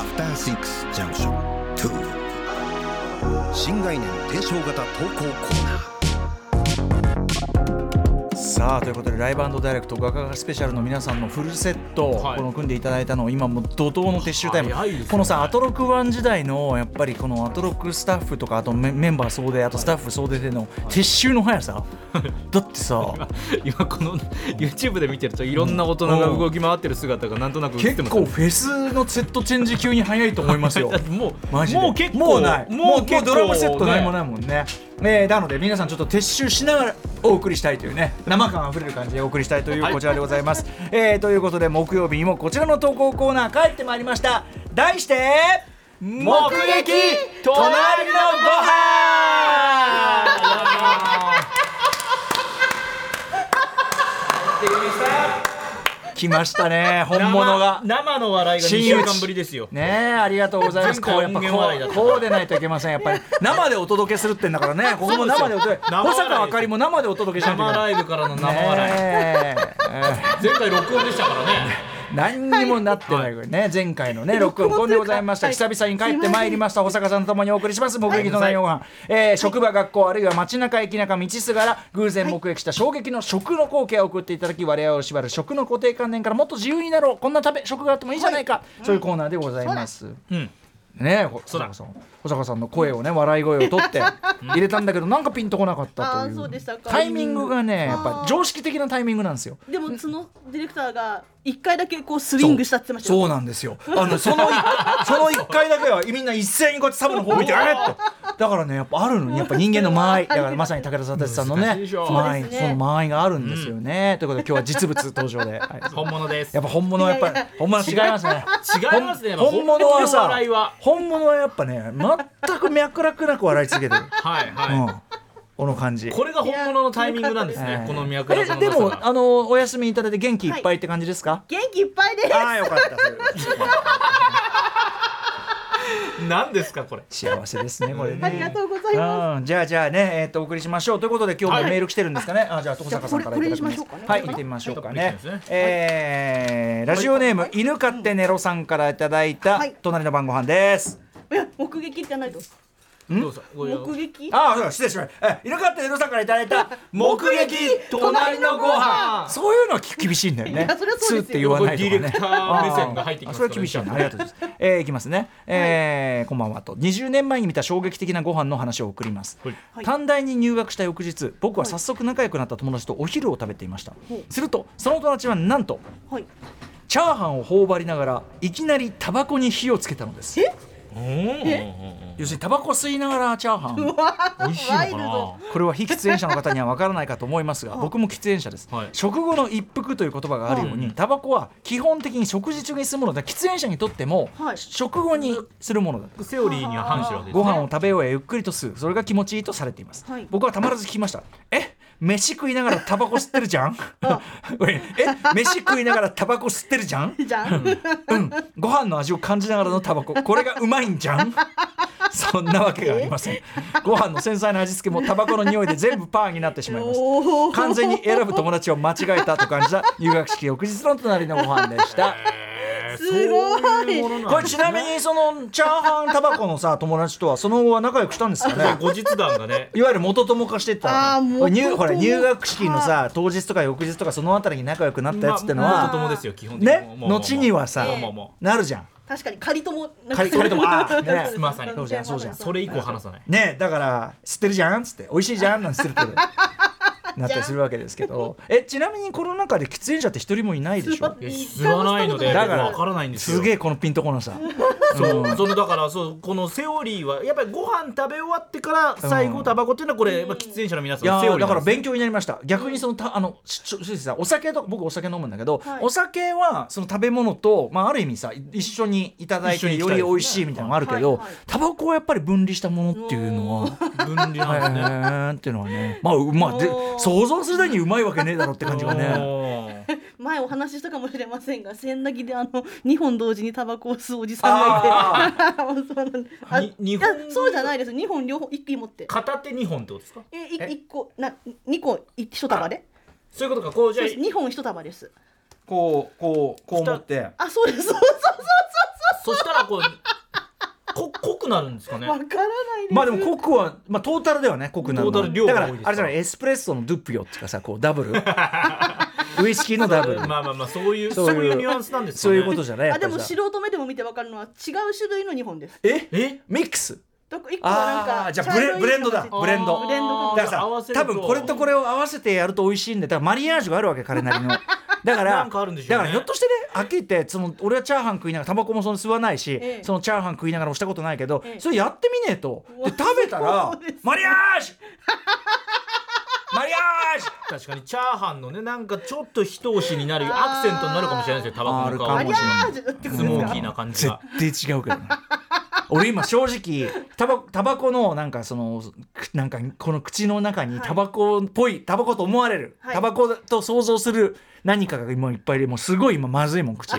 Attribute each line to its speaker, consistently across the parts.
Speaker 1: 6ジャンクション2新概念提唱型投稿コーナー
Speaker 2: さあということでライブダイレクトガガガスペシャルの皆さんのフルセット、
Speaker 3: はい
Speaker 2: この組んでいただいたのを今もう怒涛の撤収タイム、
Speaker 3: 早いですね
Speaker 2: このさアトロクワン時代のやっぱりこのアトロクスタッフとかあとメメンバー総出あとスタッフ総出での撤収の速 さ、だってさ
Speaker 3: 今この YouTube で見てるといろんな大人が動き回ってる姿がなんとなく映っ
Speaker 2: 結
Speaker 3: てます
Speaker 2: 構フェスのセットチェンジ急に早いと思いますよ
Speaker 3: もう
Speaker 2: マジで
Speaker 3: もう結構
Speaker 2: もうないもう
Speaker 3: もう結構
Speaker 2: もうドラマセット
Speaker 3: ね
Speaker 2: 何もないもんねえーなので皆さんちょっと撤収しながらお送りしたいというね生感あふれる感じでお送りしたいという
Speaker 3: はい
Speaker 2: こちらでございます、 えーということで木曜日にもこちらの投稿コーナー帰ってまいりました題して目
Speaker 3: 撃隣のご
Speaker 2: 飯 来ましたね本物が
Speaker 3: 生生の笑いが2週間ぶりですよ
Speaker 2: ねえありがとうございます
Speaker 3: 前回
Speaker 2: こうやっぱ
Speaker 3: 音源笑いだ
Speaker 2: こ
Speaker 3: っ
Speaker 2: う
Speaker 3: た
Speaker 2: こうでないといけませんやっぱり 生でお届けするってんだからねここも生でお届け
Speaker 3: 生笑
Speaker 2: 保
Speaker 3: い
Speaker 2: 坂あかりも生でお届けしないとい
Speaker 3: 生
Speaker 2: けない
Speaker 3: ライブからの生笑い、
Speaker 2: ねえ
Speaker 3: 前回録音でしたからね
Speaker 2: 何にもなってないこれね、前回のね録音こんでございました久々に帰ってまいりました保坂さんと共にお送りします目撃の内容は、えー職場学校あるいは街中駅中道すがら偶然目撃した衝撃の食の光景を送っていただき我々を縛る食の固定観念からもっと自由になろうこんな食べ食があってもいいじゃないか、そういうコーナーでございます。
Speaker 3: うん
Speaker 2: ねえほ
Speaker 3: そうだ
Speaker 2: 保坂さん保坂さんの声をね笑い声を取って入れたんだけどなんかピンとこなかった
Speaker 4: あ
Speaker 2: とい
Speaker 4: ーそう
Speaker 2: う
Speaker 4: でしたか
Speaker 2: タイミングがねやっぱ
Speaker 4: あー
Speaker 2: 常識的なタイミングなんですよ。
Speaker 4: でもそのディレクターが一回だけこうスイングしたって言ってました
Speaker 2: そうそう
Speaker 4: な
Speaker 2: なんですよあのその一 その一回だけはみんな一斉にこうやってサブの方見てあれってだからねやっぱあるのにやっぱ人間の 間合いだからまさに武田砂鉄さんのね
Speaker 3: 難しいでしょ
Speaker 2: 間合い
Speaker 4: そ
Speaker 2: そ
Speaker 4: うです
Speaker 2: の
Speaker 4: ね
Speaker 2: 間合いがあるんですよね、ということで今日は実物登場 で、はい
Speaker 3: 本物です
Speaker 2: やっぱ本物はやっぱり本物は違いますね
Speaker 3: 違いますね
Speaker 2: ほん本物は
Speaker 3: 本
Speaker 2: さ
Speaker 3: 笑いは
Speaker 2: 本物はやっぱね全く脈絡なく笑い続けてる、
Speaker 3: はいはい、
Speaker 2: うん、この感じ
Speaker 3: これが本物のタイミングなんですね、
Speaker 2: えー
Speaker 3: この脈絡のなさ
Speaker 2: え
Speaker 3: が
Speaker 2: でもあのお休みいただいて元気いっぱいって感じですか、
Speaker 4: 元気いっぱいです
Speaker 2: ああよかったそれ
Speaker 3: 何ですかこれ
Speaker 2: 幸せですねこれね
Speaker 4: ありがとうございます
Speaker 2: うん、じゃあじゃあね、えー、とお送りしましょうということで今日もメール来てるんですかね、あじゃあ徳坂さんからいただきます
Speaker 4: じゃあこれこれにしましょうかね
Speaker 2: はい見てみましょうかね、
Speaker 3: はいちょっと見てみます
Speaker 2: えーラジオネーム、犬飼ってネロさんからいただいた、
Speaker 4: はい
Speaker 2: 隣の晩ご飯です
Speaker 4: いや目撃ってないと
Speaker 3: どうぞご用
Speaker 4: 目撃
Speaker 2: あそうだ失礼しましたえ犬飼ってネロさんからいただいた
Speaker 3: 目撃隣のご飯
Speaker 2: そういうのはき厳しいんだよね
Speaker 4: いやそれはそうですよ
Speaker 2: つって言わないとかね
Speaker 3: これディレクター目線が入ってきます
Speaker 2: あ
Speaker 3: か
Speaker 2: ーそれ
Speaker 3: らね
Speaker 2: は厳しいなありがとうございます、えー、いきますね、えーこんばんはと20年前に見た衝撃的なご飯の話を送ります、
Speaker 3: はい
Speaker 4: はい
Speaker 2: 短大に入学した翌日僕は早速仲良くなった友達とお昼を食べていました、
Speaker 4: ほ
Speaker 2: するとその友達はなんと
Speaker 4: はい
Speaker 2: チャーハンを頬張りながらいきなりタバコに火をつけたのです
Speaker 3: うんうん
Speaker 2: 要するにタバコ吸いながらチャーハン
Speaker 3: 美味しい
Speaker 4: ワイル
Speaker 3: の
Speaker 4: ド
Speaker 2: これは非喫煙者の方には分からないかと思いますが僕も喫煙者です、
Speaker 3: はい
Speaker 2: 食後の一服という言葉があるように、タバコは基本的に食事中に吸うもので喫煙者にとっても、
Speaker 4: はい
Speaker 2: 食後にするものだ
Speaker 3: かなセオリーには反してるわけです
Speaker 2: ご
Speaker 3: ね
Speaker 2: 飯を食べようやゆっくりと吸うそれが気持ちいいとされています、
Speaker 4: はい
Speaker 2: 僕はたまらず聞きましたえ飯食いながらタバコ吸ってるじゃん え飯食いながらタバコ吸ってるじゃん
Speaker 4: じゃん
Speaker 2: うんご飯の味を感じながらのタバコこれがうまいんじゃんそんなわけがありませんご飯の繊細な味付けもタバコの匂いで全部パーになってしまいます
Speaker 4: おー
Speaker 2: 完全に選ぶ友達を間違えたと感じた入学式翌日の隣のご飯でした
Speaker 3: えー
Speaker 4: すご
Speaker 3: そううもの
Speaker 4: い
Speaker 3: なんですね
Speaker 2: これちなみにそのチャーハンタバコのさ友達とはその後は仲良くしたんですか ね
Speaker 3: 後日談がね
Speaker 2: いわゆる元友化してった
Speaker 4: あー元
Speaker 2: 入
Speaker 4: 友
Speaker 2: ほら入学式のさ当日とか翌日とかそのあたりに仲良くなったやつっての
Speaker 3: まあ
Speaker 2: は、
Speaker 3: 元々ですよ基本的に
Speaker 2: ね
Speaker 3: もうもう
Speaker 2: 後にはさ
Speaker 3: もうもうも
Speaker 2: なるじゃん
Speaker 4: 確かに仮ともなんか
Speaker 2: 仮仮ともあ ーね
Speaker 3: まさに
Speaker 2: そうじゃんそうじゃん
Speaker 3: うそれ以降話さない
Speaker 2: ねだから「知ってるじゃん」っつって「美味しいじゃん」なんてする けどなったりするわけですけどえちなみにこの中で喫煙者って一人もいないでしょ
Speaker 3: いや吸わないので
Speaker 2: だから
Speaker 3: わからないんですよ
Speaker 2: すげえこのピンとこなさ
Speaker 3: そうそのだからそうこのセオリーはやっぱりご飯食べ終わってから最後タバコっていうのはこれ、まあ、喫煙者の皆さ
Speaker 2: い
Speaker 3: んの
Speaker 2: や
Speaker 3: セオ
Speaker 2: ー
Speaker 3: リー
Speaker 2: だから
Speaker 3: なんです
Speaker 2: 勉強になりました逆にそのたあのししししさお酒とか僕お酒飲むんだけど、
Speaker 4: はい
Speaker 2: お酒はその食べ物と、まあ、ある意味さい一緒にいただい
Speaker 3: 一緒
Speaker 2: て
Speaker 3: に
Speaker 2: よ
Speaker 3: 行きた
Speaker 2: り
Speaker 3: いですね
Speaker 2: 美味しいみたいなのがあるけど、
Speaker 4: はいはい
Speaker 2: タバコはやっぱり分離したものっていうのは。
Speaker 3: 分離
Speaker 2: え
Speaker 3: なんですね
Speaker 2: ーっていうのはねまあうまあで
Speaker 4: おー
Speaker 2: 想像するだけにうまいわけねえだろって感じがね
Speaker 3: ね
Speaker 4: 前お話ししたかもしれませんが千駄木であの2本同時にタバコを吸うおじさんがいて
Speaker 2: あー
Speaker 4: そうなん あ
Speaker 3: に二
Speaker 4: い
Speaker 3: 本
Speaker 4: やそうじゃないです2本両方一気に持って
Speaker 3: 片手二本ってことですか
Speaker 4: えい一個な二個一束で
Speaker 3: そういうことかこうじ
Speaker 4: そ
Speaker 3: ゃ
Speaker 4: う
Speaker 3: あ
Speaker 4: です二本一束です
Speaker 2: こうこうこう思って
Speaker 4: あそうですそうそうそ
Speaker 3: そ
Speaker 4: う
Speaker 3: したらこうこ濃くなるんですかね
Speaker 4: わからないです。
Speaker 2: まあでも濃くは、まあ、トータルではね濃くなるのは
Speaker 3: トータル量が
Speaker 2: だか
Speaker 3: 多い
Speaker 2: ら
Speaker 3: ですか
Speaker 2: あれじゃないエスプレッソのドゥッピオっていうかさこうダブ ルウイスキーのダブル
Speaker 3: まあまあまあそういう
Speaker 2: そ
Speaker 3: そうう
Speaker 2: いう
Speaker 3: いうニュアンスなんです
Speaker 2: そ
Speaker 3: か
Speaker 2: う
Speaker 3: ね
Speaker 2: いうことじゃないや
Speaker 4: あ
Speaker 2: っぱり
Speaker 4: でも
Speaker 2: さ
Speaker 4: 素人目でも見てわかるのは違う種類の日本です。
Speaker 2: え
Speaker 3: え
Speaker 2: ミックス
Speaker 4: だから一個はなん
Speaker 2: あー
Speaker 4: か
Speaker 2: じゃあ
Speaker 4: 茶色
Speaker 2: ブレ
Speaker 4: い
Speaker 2: ブレンドだ
Speaker 4: のが
Speaker 2: ブレンド
Speaker 4: ブレンドかも
Speaker 3: あ
Speaker 2: だ
Speaker 3: ー
Speaker 2: から
Speaker 3: 合わ
Speaker 2: さ
Speaker 3: せる
Speaker 2: 多
Speaker 3: と
Speaker 2: 分これとこれを合わせてやると美味しいんでだからマリアージュがあるわけ彼な りのだから
Speaker 3: なんかあるんでしょうね
Speaker 2: だからひょっとしてねはっきり言ってその俺はチャーハン食いながらタバコもそんな吸わないし、
Speaker 4: ええ
Speaker 2: そのチャーハン食いながらもしたことないけど、
Speaker 4: ええ
Speaker 2: それやってみねえとで
Speaker 4: うわ
Speaker 2: 食べた ら
Speaker 4: そうです
Speaker 2: マリアージュマリアージュ
Speaker 3: 確かにチャーハンのねなんかちょっと一押しになるアクセントになるかもしれないですよタ
Speaker 2: あ
Speaker 3: バコの香
Speaker 2: る
Speaker 4: マ
Speaker 3: り
Speaker 4: リ
Speaker 2: かもし
Speaker 4: ア
Speaker 2: れない
Speaker 4: ージュってこ
Speaker 3: ス
Speaker 4: とで
Speaker 3: モ
Speaker 4: す
Speaker 3: ー
Speaker 4: か
Speaker 3: キーな感じ
Speaker 2: 絶
Speaker 3: が
Speaker 2: 対違うけどな 俺今正直タバタバコのなんかそのくなんかこの口の中に
Speaker 4: はい
Speaker 2: タバコっぽいタバコと思われる、
Speaker 4: はい
Speaker 2: タバコと想像する何かが今いっぱいでもうすごい今まずいもん口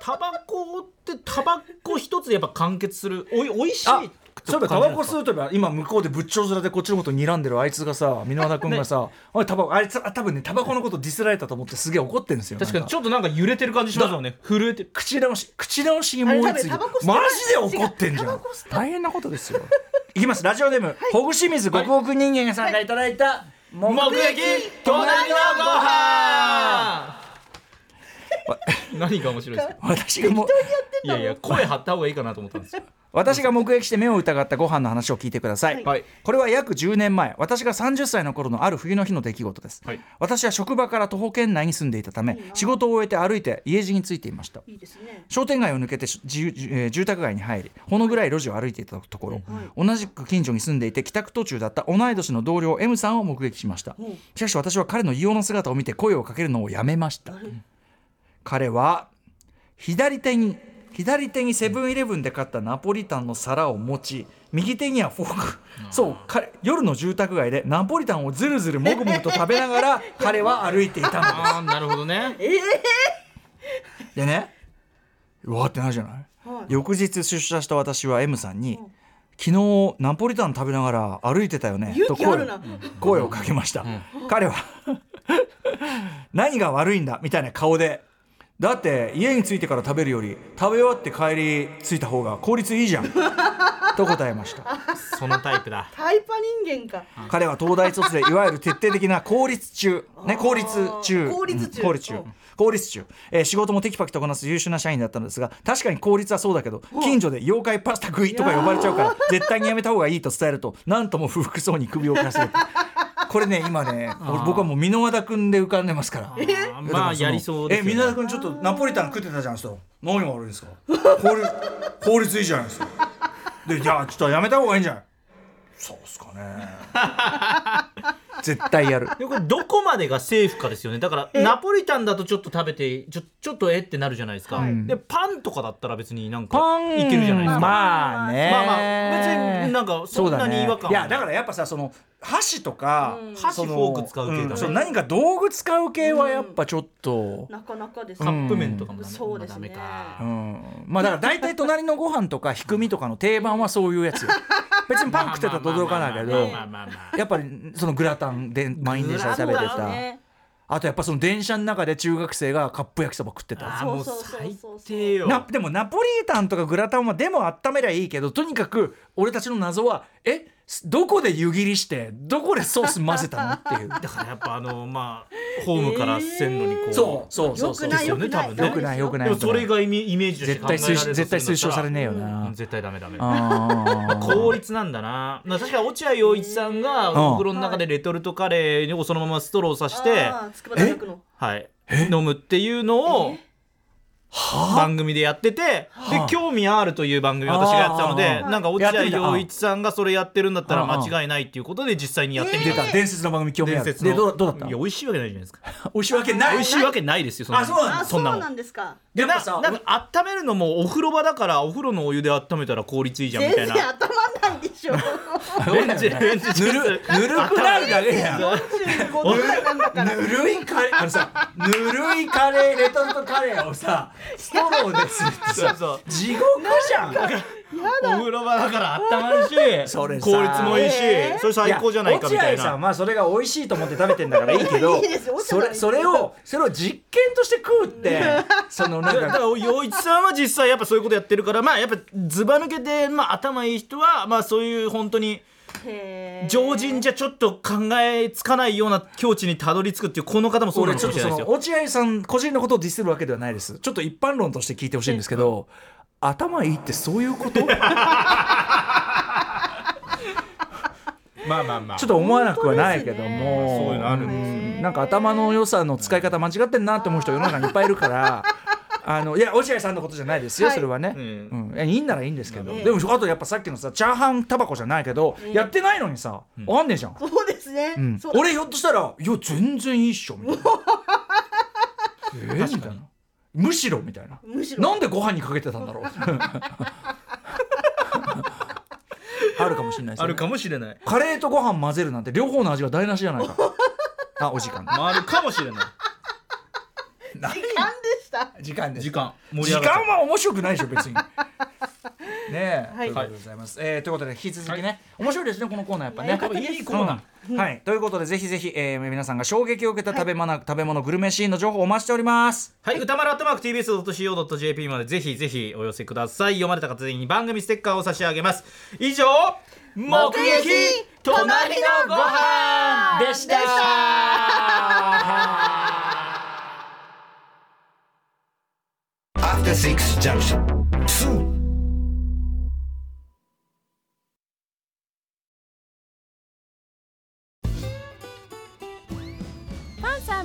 Speaker 3: タバコってタバコ一つでやっぱ完結するおいおいしい
Speaker 2: あそういえばタバコ
Speaker 3: う
Speaker 2: 吸うといえば今向こうで仏頂面でこっちのこと睨んでるあいつがさ箕輪田君がさ、おいタバコあいつあ多分ねタバコのことディスられたと思ってすげえ怒ってるんですよ
Speaker 3: 確かに
Speaker 2: なん
Speaker 3: ちょっとなんか揺れてる感じしますよね震えてる
Speaker 2: 口直し口直しに
Speaker 4: あ
Speaker 2: も
Speaker 4: れ
Speaker 2: う
Speaker 4: 多
Speaker 2: 一
Speaker 4: 分
Speaker 2: つ
Speaker 4: タバコ吸ってな
Speaker 2: マ
Speaker 4: い
Speaker 2: ジで怒ってんじゃん
Speaker 4: 違うタバコ吸って
Speaker 2: 大変なことですよ いきますラジオネーム、ほぐし水極奥人間さんからいただいた目
Speaker 3: 目撃隣のご飯 何が面白いですか
Speaker 2: 私がも
Speaker 3: いやいや声張った方がいいかなと思ったんですよ
Speaker 2: 私が目撃して目を疑ったご飯の話を聞いてください、
Speaker 3: はい
Speaker 2: これは約10年前私が30歳の頃のある冬の日の出来事です、
Speaker 3: はい
Speaker 2: 私は職場から徒歩圏内に住んでいたため仕事を終えて歩いて家路についていました
Speaker 4: いいですね。
Speaker 2: 商店街を抜けてし自由えー住宅街に入りほの暗い路地を歩いていたところ、同じく近所に住んでいて帰宅途中だった同い年の同僚 M さんを目撃しました
Speaker 4: うん
Speaker 2: しかし私は彼の異様な姿を見て声をかけるのをやめました彼は左手に左手にセブンイレブンで買ったナポリタンの皿を持ち右手にはフォークそう彼夜の住宅街でナポリタンをずるずるもぐもぐと食べながら彼は歩いていたのです
Speaker 3: ああなるほどね
Speaker 2: でねうわーってなるじゃない、
Speaker 4: はい
Speaker 2: 翌日出社した私は M さんに、
Speaker 4: ん
Speaker 2: 昨日ナポリタン食べながら歩いてたよね
Speaker 4: 勇気ある
Speaker 2: と
Speaker 4: な
Speaker 2: 声を声をかけました、彼は 何が悪いんだみたいな顔でだって家に着いてから食べるより食べ終わって帰り着いた方が効率いいじゃんと答えました
Speaker 3: そのタイプ だ
Speaker 4: タイパ人間か。
Speaker 2: 彼は東大卒でいわゆる徹底的な公立中、ね、公立中
Speaker 4: 公立中
Speaker 2: うん公立中
Speaker 4: うん
Speaker 2: 公立中、えー仕事もテキパキとこなす優秀な社員だったのですが確かに公立はそうだけど近所で「妖怪パスタ食い」とか呼ばれちゃうから絶対にやめた方がいいと伝えるとなんとも不服そうに首をかしげてこれね今ね俺僕はもう箕輪田君で浮かんでますから。
Speaker 3: あーまあやりそう
Speaker 2: え
Speaker 3: です
Speaker 2: 箕
Speaker 3: よ
Speaker 2: 輪田君
Speaker 3: ね
Speaker 2: ちょっとナポリタン食ってたじゃんすよ何が悪いんです か効率効率いいじゃないですかでいやちょっとやめた方がいいんじゃないそうっすかね絶対やる
Speaker 3: でこれどこまでがセーフかですよねだからナポリタンだとちょっと食べてちょちょっとえってなるじゃないですか、でパンとかだったら別になんか
Speaker 2: パン
Speaker 3: いけるじゃないですか、
Speaker 2: まあね
Speaker 3: まあまあ別になんかそんなに違和感はな
Speaker 2: いや
Speaker 3: い
Speaker 2: だからやっぱさその箸とか、
Speaker 3: 箸
Speaker 2: その
Speaker 3: フォーク使う系だね
Speaker 2: んその何か道具使う系はやっぱちょっと、
Speaker 4: なかなかです
Speaker 3: カッ
Speaker 4: ね。
Speaker 3: プ麺とかもダメ,、
Speaker 4: そうですね
Speaker 3: ダ
Speaker 2: う
Speaker 3: メか、
Speaker 2: んまあだから大体隣のご飯とか低みとかの定番はそういうやつよ別にパン食ってたら届かないけど
Speaker 3: まあまあまあまあまあまあ
Speaker 2: やっぱりそのグラタンで満員電車で食べて
Speaker 4: そう
Speaker 2: た、
Speaker 4: だね
Speaker 2: あとやっぱその電車の中で中学生がカップ焼きそば食ってた
Speaker 3: あーもう
Speaker 4: そうそうそうそう
Speaker 3: 最低よ
Speaker 2: なでもナポリタンとかグラタンはでも温めりゃいいけどとにかく俺たちの謎はえすどこで湯切りしてどこでソース混ぜたのっていう
Speaker 3: だからやっぱあのまあホームから線路にこう、
Speaker 2: そうそうそうそう
Speaker 4: よくない
Speaker 3: そうですよね多分ね
Speaker 2: よくないよくない
Speaker 3: でもそれがイメイメージとして
Speaker 2: 絶
Speaker 3: 考えら
Speaker 2: 対
Speaker 3: れる
Speaker 2: 推奨絶対推奨されねえよ
Speaker 3: え
Speaker 2: な、
Speaker 3: 絶対ダメダメ
Speaker 2: あー
Speaker 3: 効率なんだなな確かに落合陽一さんがお袋の中でレトルトカレーをそのままストローさし
Speaker 4: あ
Speaker 3: て、
Speaker 4: ー筑波大学の。
Speaker 3: はい、飲むっていうのを番組でやっててで「興味ある」という番組私がやってたの
Speaker 2: あ
Speaker 3: で
Speaker 2: ー
Speaker 3: なんか落
Speaker 2: やって
Speaker 3: 合
Speaker 2: みた
Speaker 3: 陽一さんがそれやってるんだったら
Speaker 2: あー
Speaker 3: 間違いないっていうことで実際にやってみ
Speaker 2: 出
Speaker 3: た
Speaker 2: た伝説の番組興味ある
Speaker 3: 伝説
Speaker 2: で
Speaker 3: の
Speaker 2: どうどうだっ
Speaker 3: いや美味しいわけない じゃないですか
Speaker 2: た美味しいわけない
Speaker 3: 美味しいわけないですよそんな
Speaker 2: あそうなんだ
Speaker 4: あ、そうなんですか。
Speaker 3: で
Speaker 2: やっ
Speaker 3: な
Speaker 2: ぱさ
Speaker 3: なんか温めるのもお風呂場だからお風呂のお湯で温めたら効率いいじゃんみ
Speaker 4: 全
Speaker 3: たい
Speaker 4: 然
Speaker 3: な
Speaker 4: 頭ないでしょ。
Speaker 3: レンジレン
Speaker 2: ぬ
Speaker 3: ジ
Speaker 2: るぬるくなるだけやん
Speaker 4: 45度ぐらいなんだから。
Speaker 2: ぬるいカレーあのさぬるいカレーレトルトカレーをさストローですって
Speaker 3: そう
Speaker 2: さ
Speaker 3: そう
Speaker 2: 地獄じゃん
Speaker 3: お風呂場だからあったま るし
Speaker 2: それさ
Speaker 3: 効率もいいし、
Speaker 4: えー
Speaker 3: それ最高じゃないかみたい
Speaker 2: や落合さん
Speaker 3: な
Speaker 2: はそれが美味しいと思って食べてんだからいいけど
Speaker 4: いいですよ落合さ
Speaker 2: そ
Speaker 4: ん
Speaker 2: れそれをそれを実験として食うってそのなん
Speaker 3: だか
Speaker 2: から
Speaker 3: 陽一さんは実際やっぱそういうことやってるからまあやっぱずば抜けて、まあ、頭いい人はまあそういう本当に
Speaker 4: へー
Speaker 3: 常人じゃちょっと考えつかないような境地にたどり着くっていうこの方もそうな
Speaker 2: 俺
Speaker 3: の
Speaker 2: ち
Speaker 3: か
Speaker 2: ょ
Speaker 3: も
Speaker 2: っと
Speaker 3: しれ
Speaker 2: そ
Speaker 3: ないです
Speaker 2: の
Speaker 3: よ。
Speaker 2: 落合さん個人のことをディスるわけではないですちょっと一般論として聞いてほしいんですけど頭いいってそういうこと
Speaker 3: まあまあまあ
Speaker 2: ちょっと思わなくはないけども、
Speaker 3: そういうのあるんですよ
Speaker 2: うんなんか頭の良さの使い方間違ってんなって思う人世の中にいっぱいいるからあのいや落合さんのことじゃないですよ、
Speaker 4: はい
Speaker 2: それはね、
Speaker 3: う
Speaker 2: うんんいやいいんならいいんですけど、
Speaker 4: ええ
Speaker 2: でもあとやっぱさっきのさチャーハンタバコじゃないけど、やってないのにさ、わかんねえじゃん、
Speaker 4: そうですね、
Speaker 2: うん
Speaker 4: そう
Speaker 2: 俺ひょっとしたら「いや全然いいっしょ」みたいな 「えーみたいな「むしろ」みたいな
Speaker 4: むしろ
Speaker 2: なんでご飯にかけてたんだろうあるかもしれないですよね
Speaker 3: あるかもしれない。
Speaker 2: カレーとご飯混ぜるなんて両方の味が台無しじゃないかあお時間
Speaker 3: まあ、あるかもしれない。
Speaker 4: 時間でした
Speaker 2: 時間
Speaker 3: 時間。盛り
Speaker 2: 時
Speaker 3: 上がっちゃう
Speaker 2: 間は面白くないでしょ別にねえ、
Speaker 4: はい
Speaker 2: ということでございます、えーということで引き続きね、面白いですねこのコーナーやっぱ
Speaker 4: いや
Speaker 2: ね
Speaker 4: よかったですいいコ
Speaker 3: ーナー
Speaker 2: うんはいということでぜひぜひ、えー皆さんが衝撃を受けた食べ物、食べ物グルメシーンの情報をお待ちしております
Speaker 3: はい、歌丸アットマーク TBS.CO.JP までぜひぜひお寄せください読まれた方全員に番組ステッカーを差し上げます以上目撃隣のご飯でした
Speaker 4: でし
Speaker 1: アフターシックスジャンクションツー
Speaker 5: パンサー